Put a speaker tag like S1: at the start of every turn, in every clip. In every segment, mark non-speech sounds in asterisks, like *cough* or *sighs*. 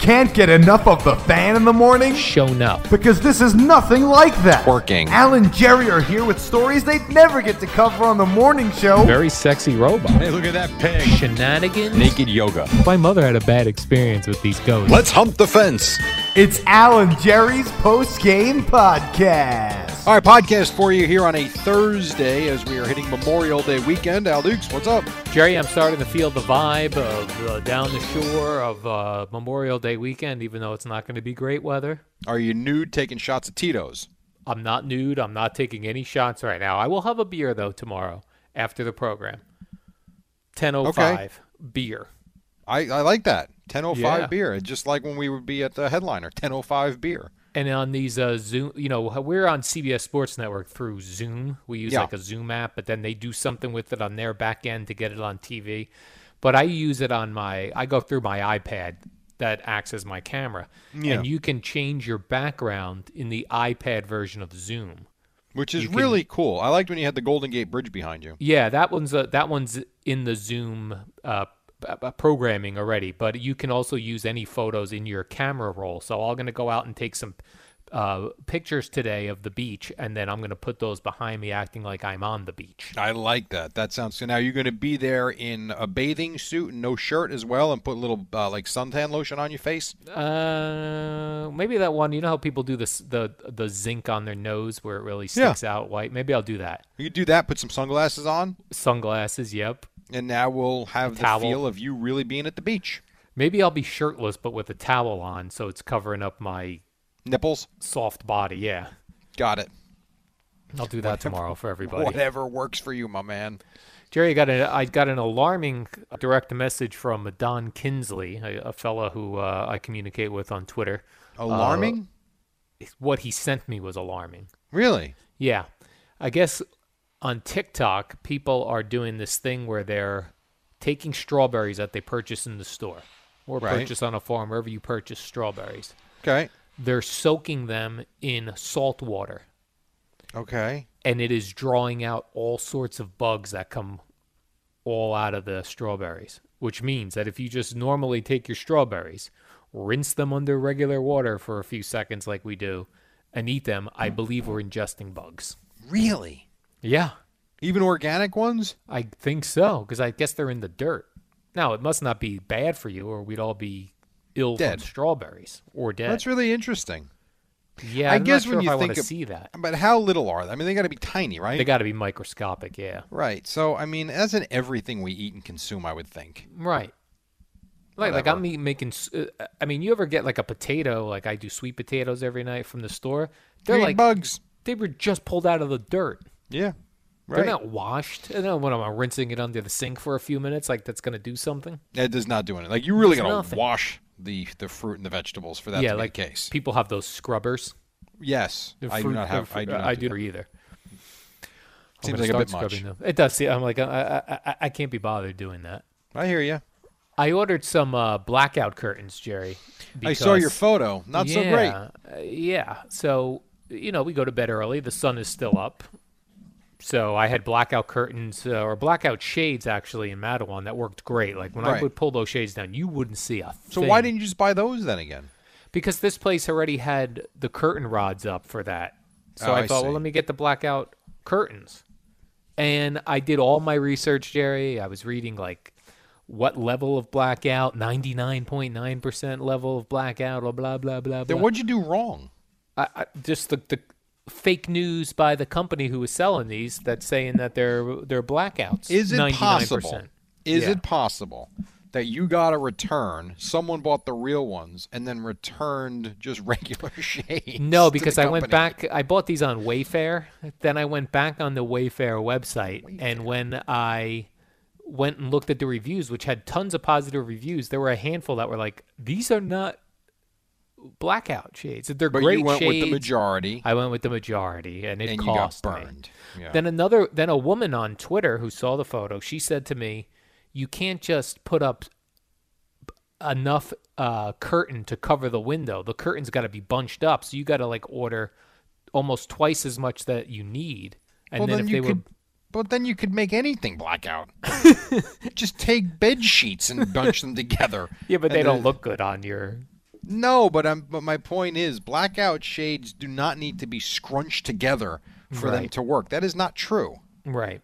S1: Can't get enough of the fan in the morning?
S2: shown up.
S1: Because this is nothing like that.
S3: Working.
S1: Alan Jerry are here with stories they'd never get to cover on the morning show.
S2: Very sexy robot.
S4: Hey, look at that pig.
S2: Shenanigans.
S3: Naked yoga.
S2: My mother had a bad experience with these ghosts.
S3: hump the fence.
S1: It's Alan Jerry's post game podcast.
S5: All right, podcast for you here on a Thursday as we are hitting Memorial Day weekend. Al Dukes, what's up?
S2: Jerry, I'm starting to feel the vibe of uh, down the shore of uh, Memorial Day weekend, even though it's not going to be great weather.
S5: Are you nude taking shots at Tito's?
S2: I'm not nude. I'm not taking any shots right now. I will have a beer though tomorrow after the program. 10:05 beer.
S5: I, I like that.
S6: Oh,
S5: 10.05
S2: Yeah.
S5: beer. It's just like when we would be at the headliner, 10.05 beer.
S2: And on these uh, Zoom, you know, we're on CBS Sports Network through Zoom. We use
S5: Yeah.
S2: like a Zoom app, but then they do something with it on their back end to get it on TV. But I use it on my, I go through my iPad that acts as my camera.
S5: Yeah.
S2: And you can change your background in the iPad version of Zoom.
S5: Which is
S2: You can-
S5: really cool. I liked when you had the Golden Gate Bridge behind you.
S2: Yeah, that one's uh that one's in the Zoom uh, p- p- programming already, but you can also use any photos in your camera roll. So I'm going to go out and take some uh, pictures today of the beach, and then I'm going to put those behind me, acting like I'm on the beach.
S5: I like that. That sounds so. Now you're going to be there in a bathing suit and no shirt as well, and put a little uh, like suntan lotion on your face.
S2: Uh, maybe that one. You know how people do this the the zinc on their nose where it really
S5: Yeah.
S2: sticks out white. Maybe I'll do that.
S5: You could do that. Put some sunglasses on,
S2: Sunglasses. Yep.
S5: and now we'll have the
S2: Towel.
S5: feel of you really being at the beach.
S2: Maybe I'll be shirtless but with a towel on, so it's covering up my
S5: Nipples.
S2: soft body. Yeah,
S5: Got it.
S2: I'll do *laughs* that tomorrow for everybody.
S5: Whatever works for you, my man.
S2: Jerry, I got an I got an alarming direct message from Don Kinsley, a, a fella who uh, I communicate with on Twitter.
S5: Alarming?
S2: What he sent me was alarming.
S5: really?
S2: Yeah, I guess on TikTok, people are doing this thing where they're taking strawberries that they purchase in the store or
S5: Right.
S2: purchase on a farm, wherever you purchase strawberries.
S5: Okay.
S2: They're soaking them in salt water,
S5: Okay.
S2: and it is drawing out all sorts of bugs that come all out of the strawberries, which means that if you just normally take your strawberries, rinse them under regular water for a few seconds, like we do, and eat them, I believe we're ingesting bugs.
S5: Really?
S2: Yeah,
S5: Even organic ones?
S2: I think so, because I guess they're in the dirt. Now, it must not be bad for you, or we'd all be ill
S5: Dead.
S2: from strawberries or dead.
S5: That's really interesting.
S2: yeah,
S5: I
S2: I'm
S5: guess
S2: not sure
S5: when
S2: if
S5: you
S2: I want
S5: think
S2: to
S5: of-
S2: see that.
S5: But how little are they? I mean, they got to be tiny, right?
S2: They got to be microscopic, yeah.
S5: right. So, I mean, that's in everything we eat and consume, I would think.
S2: Right. Like, like I'm eat- making. s- uh, I mean, you ever get like a potato? Like I do sweet potatoes every night from the store. They're
S5: You're eating
S2: like
S5: bugs.
S2: they were just pulled out of the dirt.
S5: Yeah.
S2: They're
S5: Right.
S2: not washed. And then when I'm rinsing it under the sink for a few minutes, like that's gonna do something.
S5: That does not do anything. Like, you really
S2: It's
S5: got to
S2: nothing.
S5: wash the, the fruit and the vegetables for that
S2: yeah,
S5: to be
S2: like
S5: the case.
S2: people have those scrubbers.
S5: yes.
S2: They're
S5: I do
S2: fruit-
S5: not
S2: they're
S5: have. I
S2: fruit-
S5: do not
S2: I
S5: do that.
S2: do not either. I'm
S5: Seems
S2: gonna
S5: like a bit
S2: start
S5: much.
S2: scrubbing them. It does. See, I'm like I, I, I, I can't be bothered doing that.
S5: I hear you.
S2: I ordered some uh, blackout curtains, Jerry.
S5: I saw your photo. Not so great.
S2: so great. uh, yeah. So, you know, we go to bed early. The sun is still up. So I had blackout curtains uh, or blackout shades actually in Matawan that worked great. Like when I
S5: Right.
S2: would pull those shades down, you wouldn't see a
S5: So why
S2: thing.
S5: didn't you just buy those then again?
S2: Because this place already had the curtain rods up for that.
S5: Oh,
S2: So I,
S5: I
S2: thought, well,
S5: see.
S2: let me get the blackout curtains. And I did all my research, Jerry. I was reading like what level of blackout, 99.9% level of blackout, or blah, blah, blah, blah.
S5: Then what'd you do wrong?
S2: I, I, just the, the fake news by the company who was selling these that's saying that they're, they're blackouts.
S5: Is it
S2: 99%.
S5: possible? Is
S2: Yeah.
S5: it possible that you got a return? Someone bought the real ones and then returned just *laughs* regular shades.
S2: No,
S5: to
S2: because
S5: the
S2: I went
S5: company?
S2: back. I bought these on Wayfair. Then I went back on the Wayfair website, and when I went and looked at the reviews, which had tons of positive reviews, there were a handful that were like, "These are not blackout shades. They're
S5: But
S2: great
S5: you went with
S2: shades."
S5: the majority.
S2: I went with the majority, and it
S5: And you got
S2: cost me.
S5: burned. Yeah.
S2: Then another, then a woman on Twitter who saw the photo, she said to me, "You can't just put up enough uh, curtain to cover the window. The curtain's got to be bunched up, so you got to like order almost twice as much that you need." And
S5: well,
S2: then,
S5: then,
S2: if
S5: you
S2: they
S5: could.
S2: were
S5: But then you could make anything
S2: *laughs*
S5: blackout. just take bed sheets and bunch them together.
S2: yeah, but
S5: And
S2: they
S5: then-
S2: don't look good on your.
S5: No, but I'm. But my point is, blackout shades do not need to be scrunched together for them
S2: Right.
S5: to work. That is not true.
S2: Right.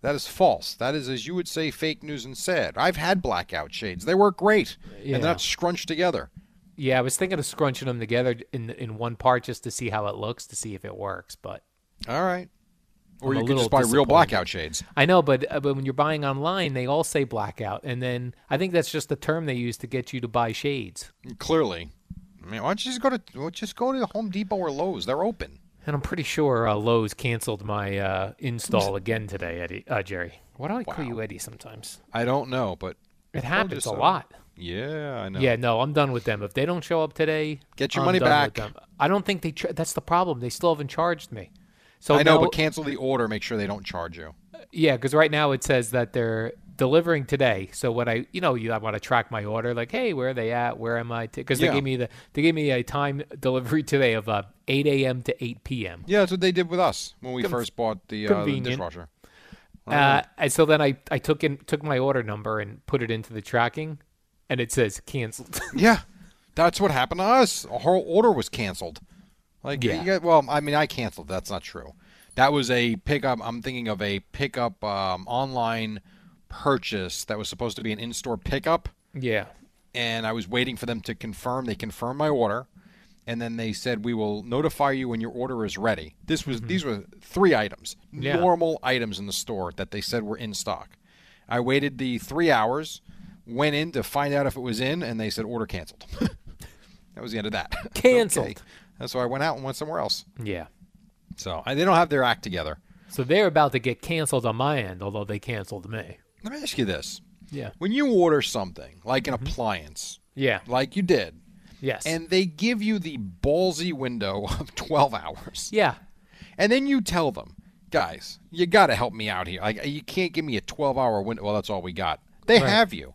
S5: That is false. That is, as you would say, fake news and sad. I've had blackout shades. They work great, and
S2: Yeah.
S5: they're not scrunched together.
S2: Yeah, I was thinking of scrunching them together in in one part just to see how it looks, to see if it works, but
S5: All right. Or
S2: I'm a
S5: you could
S2: little
S5: just buy real
S2: disappointed.
S5: blackout shades.
S2: I know, but uh, but when you're buying online, they all say blackout, and then I think that's just the term they use to get you to buy shades.
S5: Clearly, I mean, why don't you just go to why don't you just go to Home Depot or Lowe's? They're open.
S2: And I'm pretty sure uh, Lowe's canceled my uh, install again today, Eddie uh, Jerry. Why do I call you Eddie sometimes?
S5: I don't know, but I
S2: It
S5: told you
S2: happens a
S5: so.
S2: lot.
S5: uh, Yeah, I know.
S2: Yeah, no, I'm done with them. If they don't show up today,
S5: Get your
S2: I'm
S5: money
S2: done
S5: back.
S2: with them. I don't think they. Tra- that's the problem. They still haven't charged me. So
S5: I know,
S2: now-
S5: but cancel the order. Make sure they don't charge you.
S2: Yeah, because right now it says that they're delivering today. So when I, you know, you, I want to track my order, like, hey, where are they at? Where am I? Because
S5: Yeah.
S2: they gave me the they gave me a time delivery today of uh, 8 a.m. to 8 p.m.
S5: Yeah, that's what they did with us when we
S2: Con-
S5: first bought the, uh, the
S2: convenient.
S5: dishwasher.
S2: Uh, and so then I I took in took my order number and put it into the tracking, and it says canceled. *laughs*
S5: *laughs* Yeah, that's what happened to us. Our whole order was canceled. Like,
S2: Yeah.
S5: you got- well, I mean, I canceled. That's not true. That was a pickup. I'm thinking of a pickup um, online purchase that was supposed to be an in-store pickup,
S2: yeah,
S5: and I was waiting for them to confirm. They confirmed my order, and then they said we will notify you when your order is ready. This was these were three items,
S2: Mm-hmm. Yeah.
S5: normal items in the store that they said were in stock. I waited the three hours, went in to find out if it was in, and they said order canceled. *laughs* that was the end of that. *laughs* Okay.
S2: Canceled.
S5: And so I went out and went somewhere else.
S2: yeah.
S5: So I, they don't have their act together.
S2: So they're about to get canceled on my end, although they canceled me.
S5: Let me ask you this:
S2: Yeah. Mm-hmm.
S5: When you order something like an appliance,
S2: Yeah.
S5: like you did,
S2: Yes.
S5: and they give you the ballsy window *laughs* of 12 hours.
S2: yeah.
S5: And then you tell them, guys, you got to help me out here. Like, you can't give me a 12 hour window. Well, that's all we got. They
S2: Right.
S5: have you.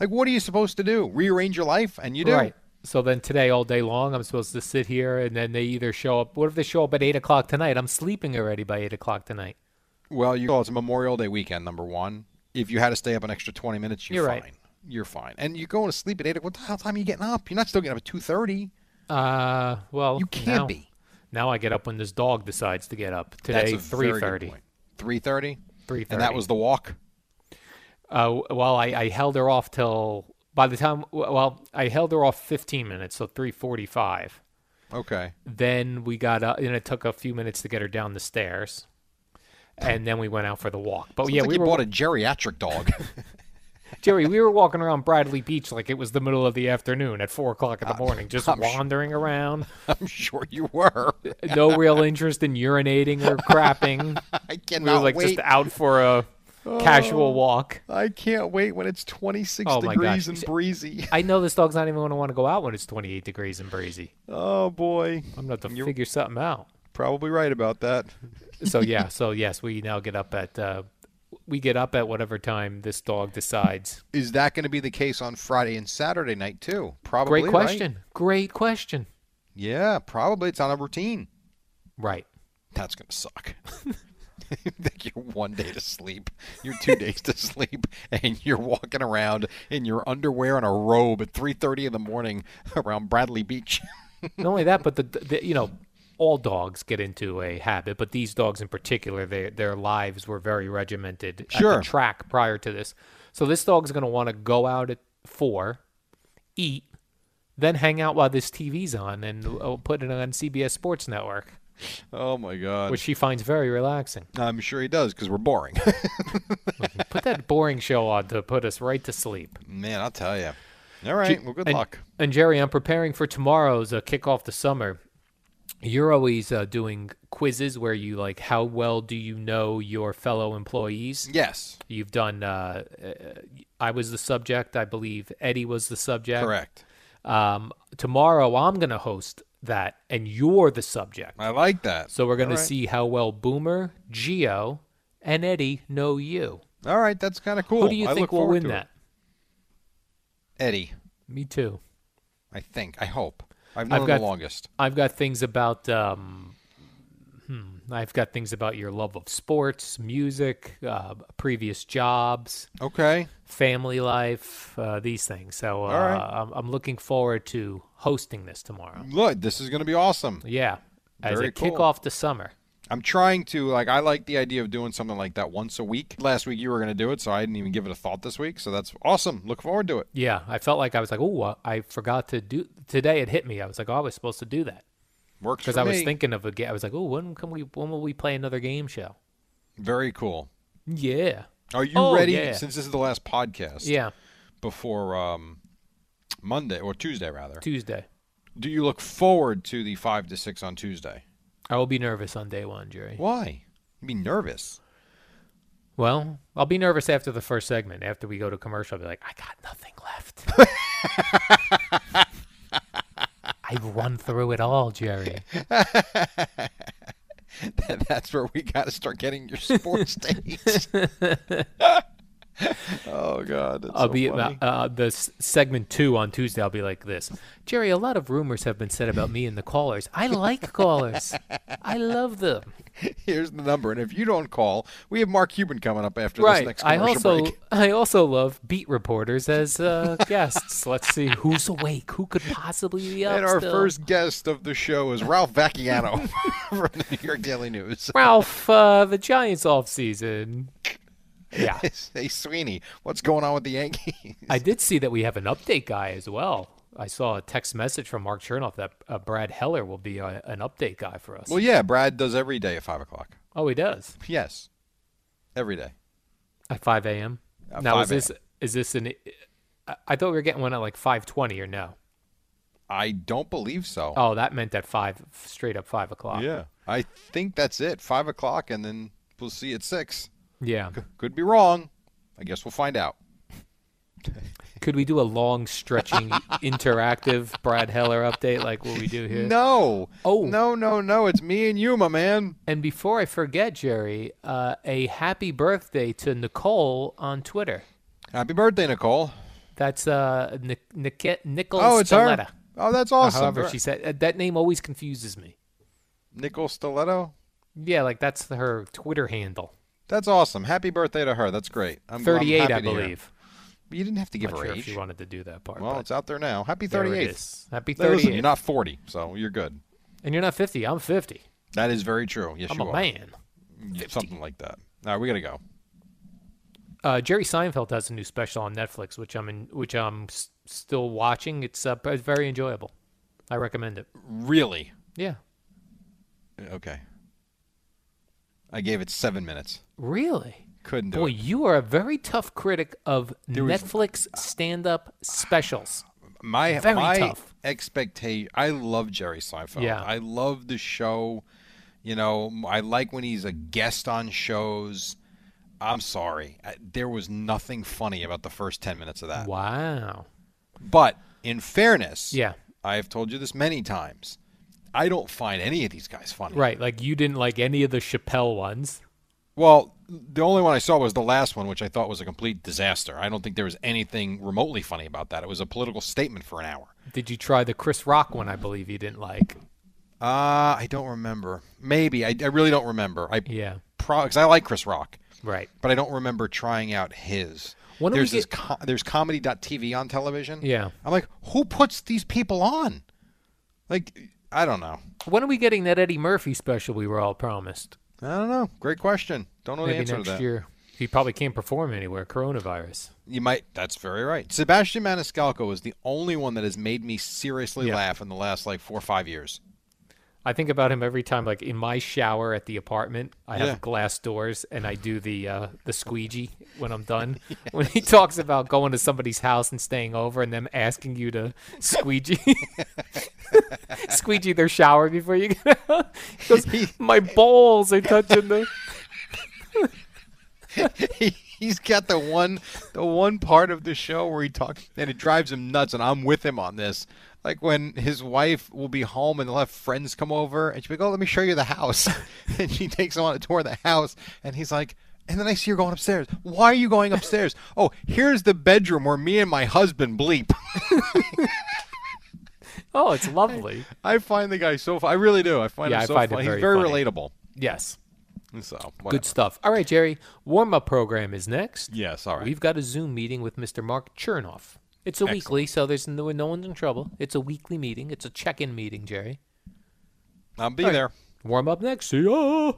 S5: Like, what are you supposed to do? Rearrange your life? And you do.
S2: Right. So then today, all day long, I'm supposed to sit here, and then they either show up. What if they show up at eight o'clock tonight? I'm sleeping already by eight o'clock tonight.
S5: Well, you it's Memorial Day weekend, number one. If you had to stay up an extra 20 minutes, you're,
S2: You're
S5: fine.
S2: right.
S5: You're fine. And you're going to sleep at 8 o'clock. What the hell time are you getting up? You're not still getting up at 2.30.
S2: Uh, well,
S5: You can't
S2: now-
S5: be.
S2: Now I get up when this dog decides to get up.
S5: That's
S2: Today,
S5: a very
S2: three
S5: good
S2: thirty.
S5: point. 3.30?
S2: 3:30.
S5: And that was the walk?
S2: Uh, well, I, I held her off till by the time. Well, I held her off fifteen minutes, so three forty-five.
S5: Okay.
S2: Then we got up, and it took a few minutes to get her down the stairs, and then we went out for the walk. But
S5: Sounds
S2: Oh, yeah,
S5: like
S2: we
S5: you
S2: were
S5: bought a geriatric
S2: *laughs*
S5: dog.
S2: Jerry, we were walking around Bradley Beach like it was the middle of the afternoon at four o'clock
S5: Uh,
S2: in the morning, just wandering around,
S5: I'm *laughs* sure you
S2: *laughs*
S5: were.
S2: no real interest in urinating
S5: *laughs*
S2: or crapping.
S5: I
S2: we
S5: cannot
S2: were like
S5: wait. Oh.
S2: just out for a casual walk.
S5: I can't wait when it's 26
S2: Oh my
S5: degrees
S2: gosh.
S5: and breezy.
S2: *laughs*
S5: *laughs*
S2: I know this dog's not even going to want to go out when it's 28 degrees and breezy.
S5: Oh boy,
S2: I'm going to have to figure something out.
S5: probably right about that.
S2: So yeah, so yes, we now get up at uh, we get up at whatever time this dog decides.
S5: Is that going to be the case on Friday and Saturday night too? Probably.
S2: Great
S5: right?
S2: question. Great question.
S5: Yeah, probably. It's on a routine.
S2: Right.
S5: That's going to suck. *laughs* Like, you're one day to sleep, you're two days to sleep, *laughs* and you're walking around in your underwear and a robe at 3:30 in the morning *laughs* around Bradley Beach. *laughs*
S2: Not only that, but the, the you know all dogs get into a habit, but these dogs in particular, they, their lives were very regimented at
S5: Sure.
S2: the track prior to this. So this dog's going to want to go out at four, eat, then hang out while this TV's on and uh, put it on CBS Sports Network,
S5: oh my God!
S2: which she finds very relaxing.
S5: I'm sure he does because we're boring.
S2: Put that boring show on to put us right to sleep.
S5: Man, I'll tell you. All right.
S2: Ju-
S5: Well, good
S2: and,
S5: luck.
S2: And Jerry, I'm preparing for tomorrow's uh, kickoff the summer. You're always uh, doing quizzes where you like, how well do you know your fellow employees?
S5: Yes.
S2: You've done. Uh, uh, I was the subject, I believe. Eddie was the subject.
S5: Correct.
S2: Um, tomorrow, I'm going to host that, and you're the subject.
S5: I like that.
S2: So we're going
S5: All
S2: to
S5: right.
S2: see how well Boomer, Geo, and Eddie know you.
S5: All right, that's kind of cool.
S2: Who do you
S5: I
S2: think
S5: look
S2: will
S5: forward
S2: win
S5: to it.
S2: that?
S5: Eddie,
S2: Me too.
S5: I think. I hope. I've known him
S2: got-
S5: the longest.
S2: I've got things about um, hmm, I've got things about your love of sports, music, uh, previous jobs,
S5: Okay.
S2: family life, uh, these things. So uh,
S5: All right.
S2: I'm, I'm looking forward to hosting this tomorrow.
S5: Look, this is going to be awesome.
S2: Yeah, as
S5: Very
S2: a
S5: cool.
S2: kickoff to summer.
S5: I'm trying to like I like the idea of doing something like that once a week. Last week you were going to do it, so I didn't even give it a thought this week. So that's awesome. Look forward to it.
S2: Yeah, I felt like I was like, oh, uh, I forgot to do today. It hit me. I was like, oh, I was supposed to do that
S5: Works
S2: because
S5: for
S2: I was
S5: me.
S2: thinking of a game. I was like, oh, when can we? When will we play another game show?
S5: Very cool.
S2: Yeah,
S5: Are you
S2: Oh,
S5: ready
S2: yeah.
S5: since this is the last podcast
S2: yeah.
S5: before um Monday or Tuesday rather?
S2: Tuesday.
S5: Do you look forward to the 5 to 6 on Tuesday?
S2: I will be nervous on day one, Jerry.
S5: Why? You'd be nervous. *laughs*
S2: Well, I'll be nervous after the first segment. After we go to commercial, I'll be like, I got nothing left.
S5: *laughs*
S2: I've run through it
S5: *laughs*
S2: all, Jerry.
S5: That's where we got to start getting your *laughs* sports takes. oh God, that's
S2: I'll
S5: so
S2: be
S5: funny.
S2: uh, the s- segment two on Tuesday. I'll be like this, Jerry. A lot of rumors have been said about me and the callers. I like callers. I love them.
S5: Here's the number, and if you don't call, we have Mark Cuban coming up after *laughs* this next
S2: I
S5: commercial *laughs*
S2: also
S5: break.
S2: I also love beat reporters
S5: *laughs*
S2: as uh, guests. Let's see who's awake. Who could possibly be up?
S5: And our
S2: still?
S5: first guest of the show is Ralph Vacchiano *laughs* from the New York Daily News. *laughs*
S2: Ralph, uh, the Giants off season.
S5: *laughs*
S2: Yeah.
S5: hey Sweeney, what's going on with the Yankees?
S2: I did see that we have an update guy as well. I saw a text message from Mark Chernoff that uh, Brad Heller will be uh an update guy for us.
S5: Well, yeah, Brad does every day at five o'clock.
S2: oh, he does
S5: Yes, every day.
S2: at five a.m.
S5: At
S2: now
S5: 5
S2: is
S5: a.m..
S2: this is this an? I- I thought we were getting one at like five twenty or no.
S5: I don't believe so.
S2: Oh, that meant at five straight up five o'clock.
S5: yeah, I think that's it. Five o'clock, and then we'll see at six.
S2: yeah.
S5: Could be wrong. I guess we'll find out.
S2: Could we do a
S5: *laughs*
S2: long stretching interactive Brad Heller update like what we do here?
S5: No.
S2: Oh.
S5: No, no, no. It's me and you, my man.
S2: And before I forget, Jerry, uh, a happy birthday to Nicole on Twitter.
S5: Happy birthday, Nicole.
S2: That's uh, Nic- Nic- Nicole
S5: Oh, it's
S2: Stiletto.
S5: her. Oh, that's
S2: Uh,
S5: awesome.
S2: However, she said uh, that name always confuses me.
S5: Nicole Stiletto.
S2: Yeah, like that's her Twitter handle.
S5: That's awesome. Happy birthday to her. That's great. I'm I'm
S2: 38,
S5: happy
S2: I
S5: to hear.
S2: believe.
S5: You didn't have to give
S2: Not
S5: her
S2: sure if
S5: age.
S2: she wanted to do that part.
S5: well,
S2: but
S5: it's out there now. Happy
S2: there it
S5: 38th.
S2: is. Happy
S5: Now, listen,
S2: 38.
S5: you're not 40, so you're good.
S2: and you're not 50. I'm 50.
S5: That is very true. Yes,
S2: I'm
S5: you
S2: a
S5: are.
S2: man.
S5: Yeah, Something like that. All right, we gotta go.
S2: Uh, Jerry Seinfeld has a new special on Netflix, which I'm in, which I'm s- still watching. It's uh, it's very enjoyable. I recommend it.
S5: Really?
S2: Yeah.
S5: Okay. I gave it seven minutes.
S2: Really?
S5: Couldn't do
S2: Boy,
S5: it.
S2: you are a very tough critic of
S5: was-
S2: Netflix stand-up specials.
S5: my
S2: Very
S5: my
S2: tough.
S5: expectation. I love Jerry Seinfeld.
S2: Yeah.
S5: I love the show. You know, m- I like when he's a guest on shows. I'm sorry, I- there was nothing funny about the first ten minutes of that.
S2: Wow.
S5: But in fairness,
S2: Yeah.
S5: I have told you this many times. I don't find any of these guys funny.
S2: Right, like you didn't like any of the Chappelle ones.
S5: Well, the only one I saw was the last one, which I thought was a complete disaster. I don't think there was anything remotely funny about that. It was a political statement for an hour.
S2: Did you try the Chris Rock one? I believe you didn't like.
S5: Uh, I don't remember. Maybe I, I really don't remember. I
S2: yeah,
S5: because I like Chris Rock,
S2: right?
S5: But I don't remember trying out his.
S2: Why don't we
S5: there's this
S2: get-
S5: co- there's comedy.tv on television.
S2: Yeah.
S5: I'm like, who puts these people on? Like, I don't know.
S2: When are we getting that Eddie Murphy special we were all promised?
S5: I don't know. Great question. Don't know the
S2: Maybe
S5: answer
S2: next
S5: to that.
S2: year. He probably can't perform anywhere. Coronavirus.
S5: You might. That's very right. Sebastian Maniscalco is the only one that has made me seriously
S2: Yeah.
S5: laugh in the last like four or five years. *laughs*
S2: I think about him every time. Like in my shower at the apartment, I have
S5: Yeah.
S2: glass doors, and I do the uh, the squeegee when I'm done. *laughs* When he talks about going to somebody's house and staying over, and them asking you to squeegee *laughs* squeegee their shower before you get out, *laughs* He goes, my balls are touching the.
S5: He's got the one, the one part of the show where he talks, and it drives him nuts. And I'm with him on this. Like when his wife will be home and they'll have friends come over, and she'll be like, "Oh, let me show you the house," *laughs* and she takes him on a tour of the house, and he's like. And then I see you're going upstairs. Why are you going upstairs? *laughs* Oh, here's the bedroom where me and my husband bleep. *laughs*
S2: Oh, it's lovely.
S5: I find the guy so. fu- I really do. I find
S2: Yeah,
S5: him
S2: I
S5: so
S2: find him
S5: funny.
S2: very
S5: He's very
S2: funny.
S5: relatable.
S2: Yes.
S5: So
S2: Good
S5: whatever.
S2: stuff. All right, Jerry. Warm up program is next.
S5: Yes, all right.
S2: We've got a Zoom meeting with Mr. Mark Chernoff. It's a
S5: Excellent.
S2: weekly, so there's no, no one's in trouble. It's a weekly meeting. It's a check in meeting, Jerry.
S5: I'll be
S2: All right.
S5: there.
S2: Warm up next. See ya.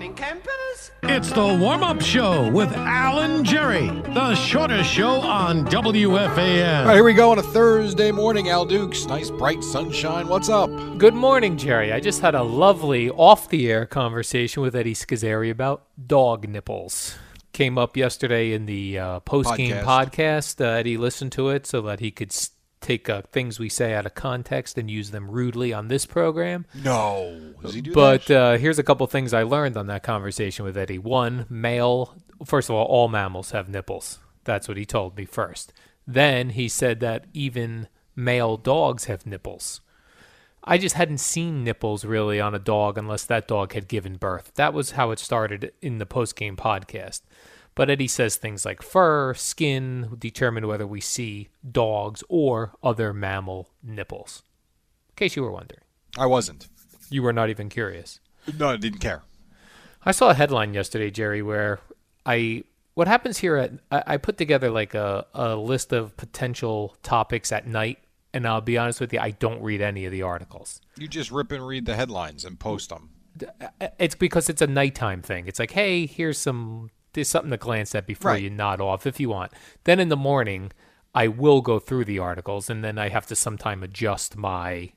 S3: It's the warm up show with Alan Jerry, the shortest show on WFAN.
S5: All right, here we go on a Thursday morning. Al Dukes, nice bright sunshine. What's up?
S2: Good morning, Jerry. I just had a lovely off the air conversation with Eddie Schizzeri about dog nipples. Came up yesterday in the uh, post game
S5: Podcast.
S2: podcast. Uh, Eddie listened to it so that he could s- take uh, things we say out of context and use them rudely on this program.
S5: No, does he do
S2: But
S5: that?
S2: uh, here's a couple things I learned on that conversation with Eddie. One, male, first of all, all mammals have nipples. That's what he told me first. Then he said that even male dogs have nipples. I just hadn't seen nipples really on a dog unless that dog had given birth. That was how it started in the post game podcast. But Eddie says things like fur, skin determine whether we see dogs or other mammal nipples. In case you were wondering,
S5: I wasn't.
S2: you were not even curious.
S5: No, I didn't care.
S2: I saw a headline yesterday, Jerry, where I what happens here at I, I put together like a, a list of potential topics at night, and I'll be honest with you, I don't read any of the articles.
S5: You just rip and read the headlines and post them.
S2: I- It's because it's a nighttime thing. It's like, hey, here's some there's something to glance at before
S5: Right.
S2: you nod off if you want. Then in the morning, I will go through the articles, and then I have to sometime adjust my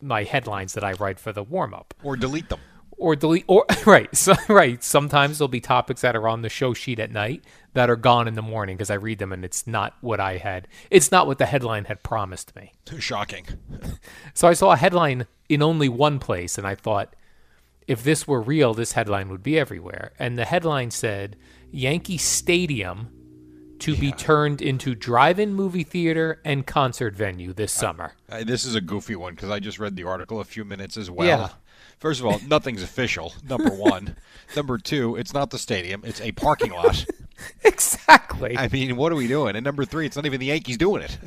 S2: my headlines that I write for the warm up.
S5: or delete them. *laughs*
S2: or delete or *laughs* right so right sometimes there'll be topics that are on the show sheet at night that are gone in the morning because i read them and it's not what i had it's not what the headline had promised me
S5: Shocking.
S2: so i saw a headline in only one place and i thought if this were real this headline would be everywhere and the headline said yankee stadium to be turned into drive-in movie theater and concert venue this summer
S5: Uh, this is a goofy one because I just read the article a few minutes as well.
S2: Yeah.
S5: First of all, nothing's official. *laughs* Number one. number two, it's not the stadium. It's a parking
S2: *laughs*
S5: lot.
S2: exactly
S5: I mean, what are we doing? And number three, it's not even the Yankees doing it.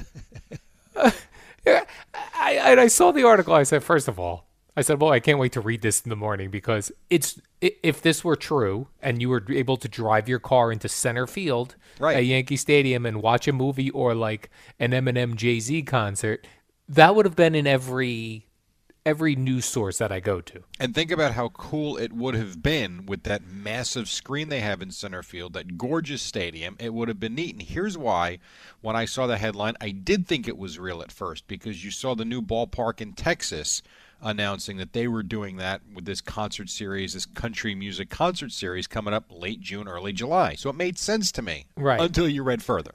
S2: I, and I saw the article. I said, first of all, I said, well, I can't wait to read this in the morning because it's i- if this were true and you were able to drive your car into center field
S5: Right.
S2: at Yankee Stadium and watch a movie or like an Eminem Jay Z concert, that would have been in every every news source that I go to.
S5: And think about how cool it would have been with that massive screen they have in center field, that gorgeous stadium. It would have been neat. And here's why when I saw the headline, I did think it was real at first because you saw the new ballpark in Texas announcing that they were doing that with this concert series, this country music concert series coming up late June, early July. So it made sense to me.
S2: Right.
S5: Until you read further.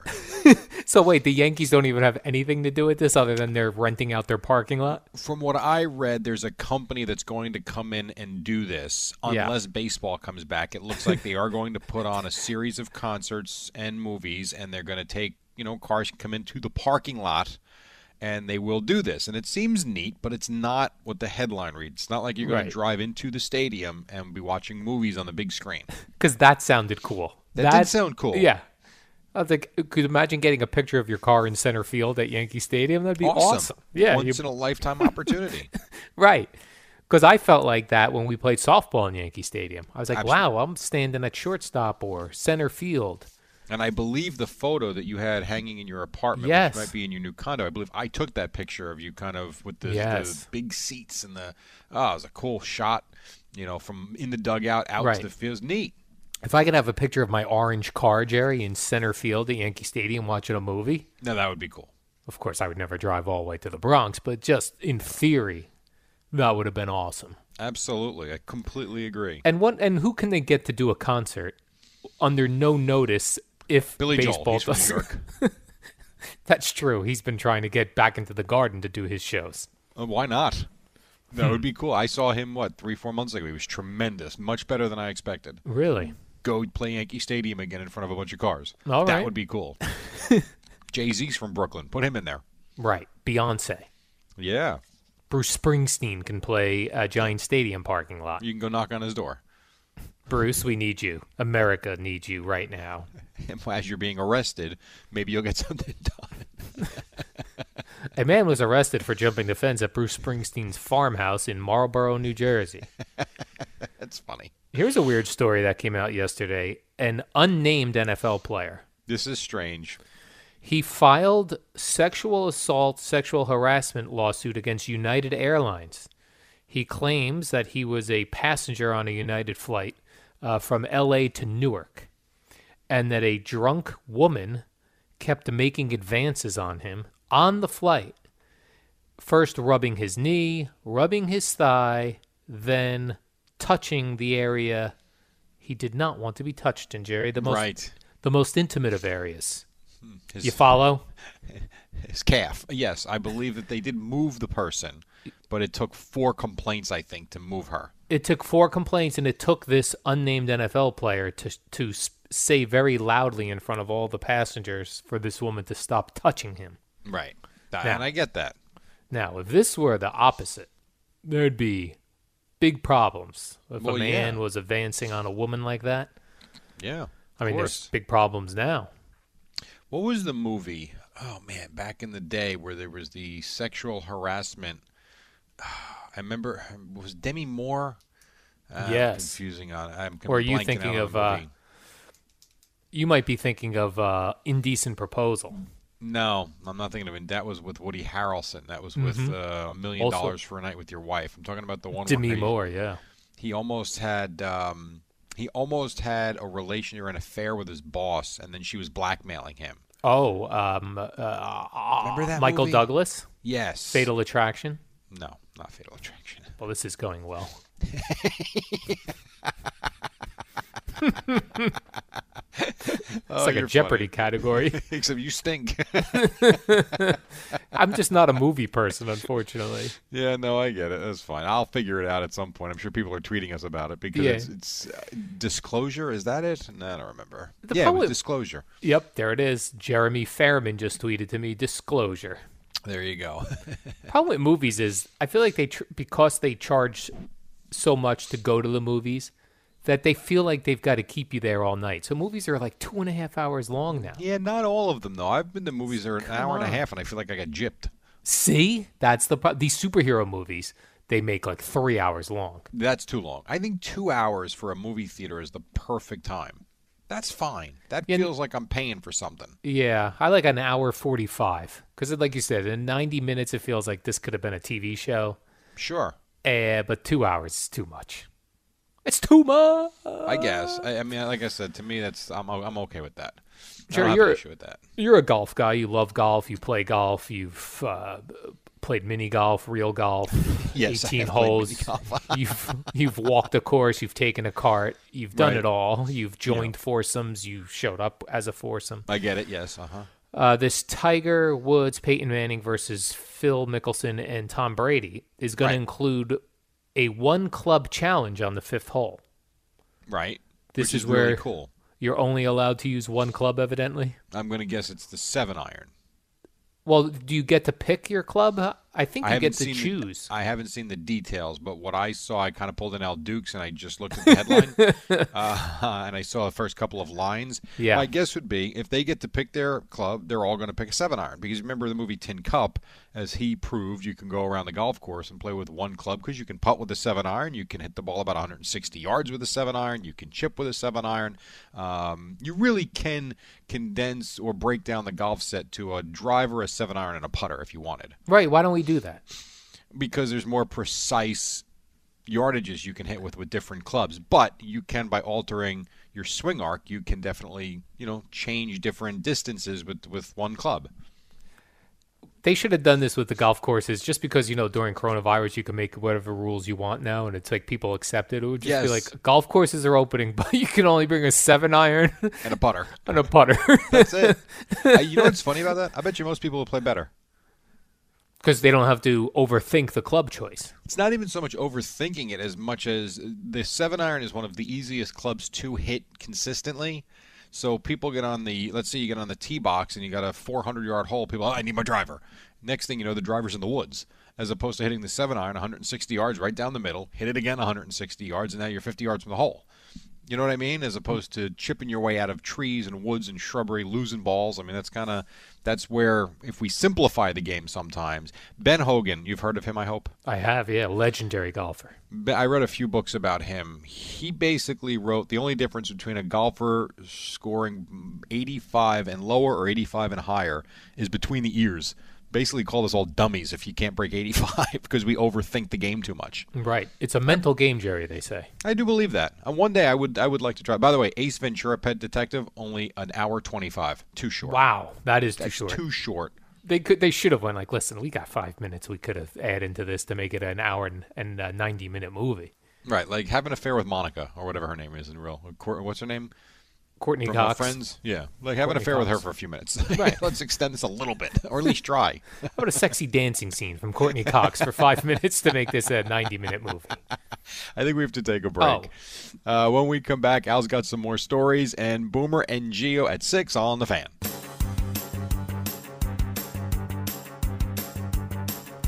S2: So wait, the Yankees don't even have anything to do with this other than they're renting out their parking lot.
S5: From what I read, there's a company that's going to come in and do this
S2: Yeah.
S5: unless baseball comes back. It looks like they are going to put on a series of concerts and movies, and they're going to take you know cars can come into the parking lot and they will do this. And it seems neat, but it's not what the headline reads. It's not like you're going
S2: Right.
S5: to drive into the stadium and be watching movies on the big screen.
S2: Because that sounded cool.
S5: That did sound cool.
S2: Yeah. I was like, could you imagine getting a picture of your car in center field at Yankee Stadium? That'd be awesome. Yeah. you-
S5: once in a lifetime opportunity.
S2: right. Because I felt like that when we played softball in Yankee Stadium. I was like, wow, I'm standing at shortstop or center field.
S5: And I believe the photo that you had hanging in your apartment,
S2: Yes.
S5: which might be in your new condo, I believe I took that picture of you kind of with the,
S2: Yes.
S5: the big seats and the. Oh, it was a cool shot, you know, from in the dugout out
S2: Right.
S5: to the field. It was neat.
S2: If I could have a picture of my orange car, Jerry, in center field at Yankee Stadium watching a movie,
S5: No, that would be cool.
S2: of course, I would never drive all the way to the Bronx, but just in theory, that would have been awesome.
S5: Absolutely. I completely agree.
S2: And what and who can they get to do a concert under no notice if
S5: Billy Joel,
S2: baseball
S5: he's from New
S2: does
S5: York.
S2: *laughs* That's true. He's been trying to get back into the garden to do his shows.
S5: Uh, why not? That
S2: Hmm. *laughs*
S5: would be cool. I saw him, what, three, four months ago. He was tremendous. Much better than I expected.
S2: Really?
S5: Go play Yankee Stadium again in front of a bunch of cars.
S2: All
S5: that
S2: right.
S5: would be
S2: *laughs*
S5: cool. Jay Z's from Brooklyn. Put him in there.
S2: Right. Beyonce.
S5: Yeah.
S2: Bruce Springsteen can play a giant stadium parking lot.
S5: You can go knock on his door.
S2: Bruce, we need you. America needs you right now.
S5: *laughs* And as you're being arrested, maybe you'll get *laughs* something done.
S2: A man was arrested for jumping the fence at Bruce Springsteen's farmhouse in Marlborough, New Jersey.
S5: That's funny.
S2: Here's a weird story that came out yesterday. An unnamed NFL player
S5: This is strange.
S2: He filed sexual assault, sexual harassment lawsuit against United Airlines. He claims that he was a passenger on a United flight uh, from LA to Newark and that a drunk woman kept making advances on him on the flight, first rubbing his knee, rubbing his thigh, then touching the area he did not want to be touched in, Jerry. The most,
S5: Right.
S2: the most intimate of areas.
S5: Hmm, His-
S2: you follow?
S5: His calf. Yes, I believe that they did move the person, but it took four complaints, I think, to move her.
S2: It took four complaints, and it took this unnamed NFL player to to s- say very loudly in front of all the passengers for this woman to stop touching him.
S5: Right. Th-
S2: Yeah.
S5: And I get that.
S2: Now, if this were the opposite, there'd be big problems. If
S5: Well,
S2: a
S5: yeah.
S2: man was advancing on a woman like that,
S5: Yeah.
S2: I mean,
S5: of
S2: there's
S5: course.
S2: big problems now.
S5: What was the movie? Oh man, back in the day where there was the sexual harassment. *sighs* I remember it was Demi Moore. Uh, I'm
S2: Yes.
S5: confusing on. I'm
S2: Or are you
S5: blanking
S2: thinking
S5: out on
S2: of,
S5: the
S2: uh,
S5: movie.
S2: You might be thinking of uh, indecent proposal.
S5: No, I'm not thinking of it. That was with Woody Harrelson. That was with
S2: Mhm.
S5: uh, a million
S2: Also-
S5: dollars for a night with your wife. I'm talking about the one.
S2: Demi
S5: where he-
S2: Moore, yeah.
S5: He almost had. Um, he almost had a relation or an affair with his boss, and then she was blackmailing him.
S2: Oh, um, uh,
S5: Remember that
S2: Michael
S5: movie?
S2: Douglas?
S5: Yes.
S2: Fatal Attraction?
S5: No, not Fatal Attraction. *laughs*
S2: Well, this is going well. it's
S5: Oh,
S2: like a
S5: you're
S2: Jeopardy
S5: funny. *laughs*
S2: category.
S5: Except you stink. *laughs*
S2: I'm just not a movie
S5: *laughs*
S2: person, unfortunately.
S5: Yeah, no, I get it. That's fine. I'll figure it out at some point. I'm sure people are tweeting us about it because
S2: Yeah.
S5: it's, it's uh, disclosure. Is that it? No, I don't remember.
S2: The
S5: yeah, it
S2: problem-
S5: was disclosure.
S2: Yep, there it is. Jeremy Fairman just tweeted to me disclosure.
S5: There you go. *laughs*
S2: Problem with movies is I feel like they tr- because they charge so much to go to the movies that they feel like they've got to keep you there all night. So movies are like two and a half hours long now.
S5: yeah, not all of them though. I've been to movies that are an hour and
S2: on.
S5: a half, and I feel like I got gypped.
S2: See, that's the pro- these superhero movies they make like three hours long.
S5: That's too long. I think two hours for a movie theater is the perfect time. That's fine. That feels like I'm paying for something.
S2: Yeah, I like an hour 45 because, like you said, in 90 minutes, it feels like this could have been a TV show.
S5: Sure.
S2: Eh, but two hours is too much. It's too much.
S5: I guess. I, I mean, like I said, to me, that's I'm o- I'm okay with that.
S2: Sure,
S5: I don't have
S2: you're-
S5: an issue with that.
S2: You're a golf guy. You love golf. You play golf. You've uh, played mini golf, real golf,
S5: Yes, I
S2: 18
S5: have played mini
S2: holes.
S5: *laughs*
S2: you've you've walked a course. You've taken a cart. You've done
S5: Right.
S2: it all. You've joined foursomes. You showed up as a foursome.
S5: I get it. Yes. Uh huh.
S2: Uh, this Tiger Woods, Peyton Manning versus Phil Mickelson and Tom Brady is going to include a one club challenge on the fifth hole.
S5: Right.
S2: This
S5: Which
S2: is,
S5: is
S2: where
S5: really cool.
S2: you're only allowed to use one club, evidently.
S5: I'm going to guess it's the seven iron.
S2: Well, do you get to pick your club? I think you
S5: haven't
S2: get to
S5: seen the-
S2: choose.
S5: I haven't seen the details, but what I saw, I kind of pulled an Al Dukes and I just looked at the headline,
S2: *laughs*
S5: uh, *laughs* and I saw the first couple of lines.
S2: Yeah.
S5: My guess would be if they get to pick their club, they're all going to pick a seven iron because remember the movie Tin Cup, as he proved, you can go around the golf course and play with one club because you can putt with a seven iron, you can hit the ball about 160 yards with a seven iron, you can chip with a seven iron. Um, you really can condense or break down the golf set to a driver, a seven iron, and a putter if you wanted
S2: Right? Why don't we do that?
S5: because there's more precise yardages you can hit with with different clubs but you can by altering your swing arc you can definitely you know change different distances with with one club
S2: They should have done this with the golf courses, just because you know during coronavirus you can make whatever rules you want now, and it's like people accept it. It would just be
S5: Yes.
S2: like golf courses are opening, *laughs* but you can only bring a seven iron *laughs*
S5: and a putter
S2: and a putter. *laughs*
S5: that's *laughs* it Uh, you know what's funny about that i bet you most people will play better
S2: because they don't have to overthink the club choice.
S5: it's not even so much overthinking it as much as the seven iron is one of the easiest clubs to hit consistently. So people get on the let's say you get on the tee box and you got a 400 yard hole. People, "Oh, I need my driver. Next thing you know, the driver's in the woods. As opposed to hitting the seven iron 160 yards right down the middle, hit it again 160 yards, and now you're 50 yards from the hole. You know what I mean? As opposed to chipping your way out of trees and woods and shrubbery, losing balls. I mean, that's kind of that's where if we simplify the game sometimes. Ben Hogan, you've heard of him, I hope.
S2: I have, yeah, legendary golfer.
S5: But I read a few books about him. He basically wrote the only difference between a golfer scoring 85 and lower or 85 and higher is between the ears. Basically, called us all dummies if you can't break 85 *laughs* because we overthink the game too much.
S2: Right. It's a mental game, Jerry. They say.
S5: I do believe that. And one day I would I would like to try. By the way, Ace Ventura Pet Detective only an hour 25. Too short.
S2: Wow, that is too
S5: That's
S2: short.
S5: Too short.
S2: They could. They should have went like, listen, we got five minutes. We could have added into this to make it an hour and, and a ninety-minute movie.
S5: Right, like have an affair with Monica or whatever her name is in real. Cour- What's her name?
S2: Courtney
S5: From
S2: Cox.
S5: Her friends. Yeah, like have an
S2: Courtney
S5: affair with her
S2: Cox.
S5: for a few minutes. Right. *laughs* Let's extend this a little bit, or at least try.
S2: How about a sexy dancing scene from Courtney Cox for five *laughs* minutes to make this a ninety-minute movie?
S5: I think we have to take a break. Uh, when we come back, Al's got some more stories, and Boomer and Geo at six on the fan.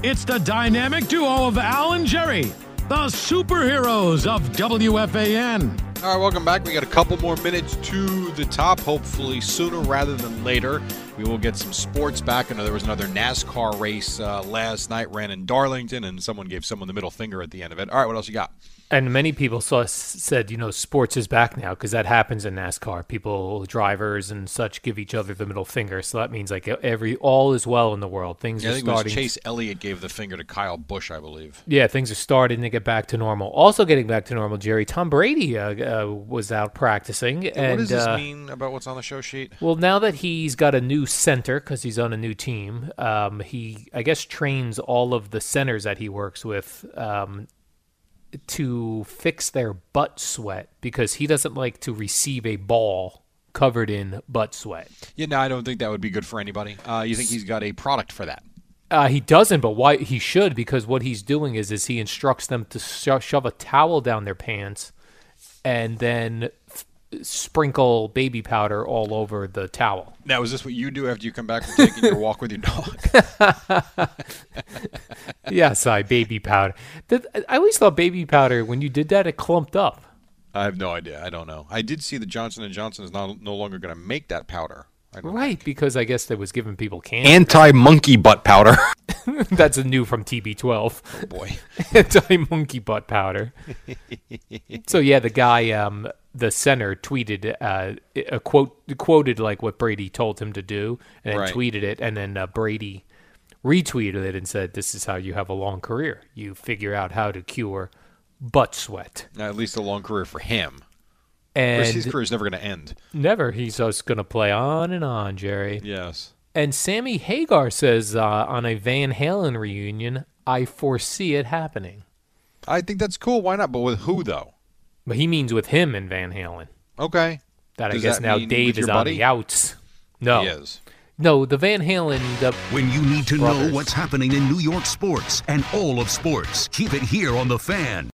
S3: It's the dynamic duo of Al and Jerry, the superheroes of WFAN.
S5: All right, welcome back. We got a couple more minutes to the top, hopefully sooner rather than later. We will get some sports back. I know there was another NASCAR race uh, last night, ran in Darlington, and someone gave someone the middle finger at the end of it. All right, what else you got?
S2: And many people saw s- said, you know, sports is back now because that happens in NASCAR. People, drivers and such, give each other the middle finger. So that means like e, every all is well in the world. Things
S5: Yeah, I
S2: are
S5: think it was
S2: starting.
S5: Chase Elliott gave the finger to Kyle Bush, I believe.
S2: yeah, things are starting to get back to normal. Also getting back to normal, Jerry. Tom Brady uh, uh, was out practicing, and
S5: what does this
S2: uh,
S5: mean about what's on the show sheet?
S2: Well, now that he's got a new center because he's on a new team, um, he I guess trains all of the centers that he works with um, to fix their butt sweat because he doesn't like to receive a ball covered in butt sweat.
S5: Yeah, no, I don't think that would be good for anybody. Uh, you think he's got a product for that?
S2: Uh, he doesn't, but why he should because what he's doing is is he instructs them to sho- shove a towel down their pants and then f- sprinkle baby powder all over the towel.
S5: Now, is this what you do after you come back from taking your walk with your dog?
S2: *laughs* yes, I baby powder. That, I always thought baby powder when you did that it clumped up.
S5: *laughs* I have no idea. I don't know. I did see that Johnson and Johnson is not, no longer going to make that powder. I don't-
S2: Right, because I guess that was giving people cancer.
S5: Anti monkey butt powder.
S2: *laughs* That's a new from *laughs*
S5: *laughs*
S2: TB12.
S5: Boy,
S2: Anti monkey butt powder. so yeah, the guy, um, the center, tweeted uh, a quote, quoted like what Brady told him to do, and then
S5: Right.
S2: tweeted it, and then uh, Brady retweeted it and said, "This is how you have a long career. You figure out how to cure butt sweat."
S5: Now, at least a long career for him.
S2: And
S5: His career is never going to end.
S2: Never. He's just going to play on and on, Jerry.
S5: Yes.
S2: And Sammy Hagar says uh, on a Van Halen reunion, I foresee it happening.
S5: I think that's cool. Why not? But with who though?
S2: But he means with him and Van Halen.
S5: Okay.
S2: That I
S5: Does
S2: guess
S5: that
S2: now
S5: mean
S2: Dave
S5: with
S2: is
S5: your
S2: on
S5: buddy?
S2: the outs. No.
S5: He is.
S2: No, the Van Halen. The,
S7: When you need to
S2: Brothers.
S7: know what's happening in New York sports and all of sports, keep it here on The Fan.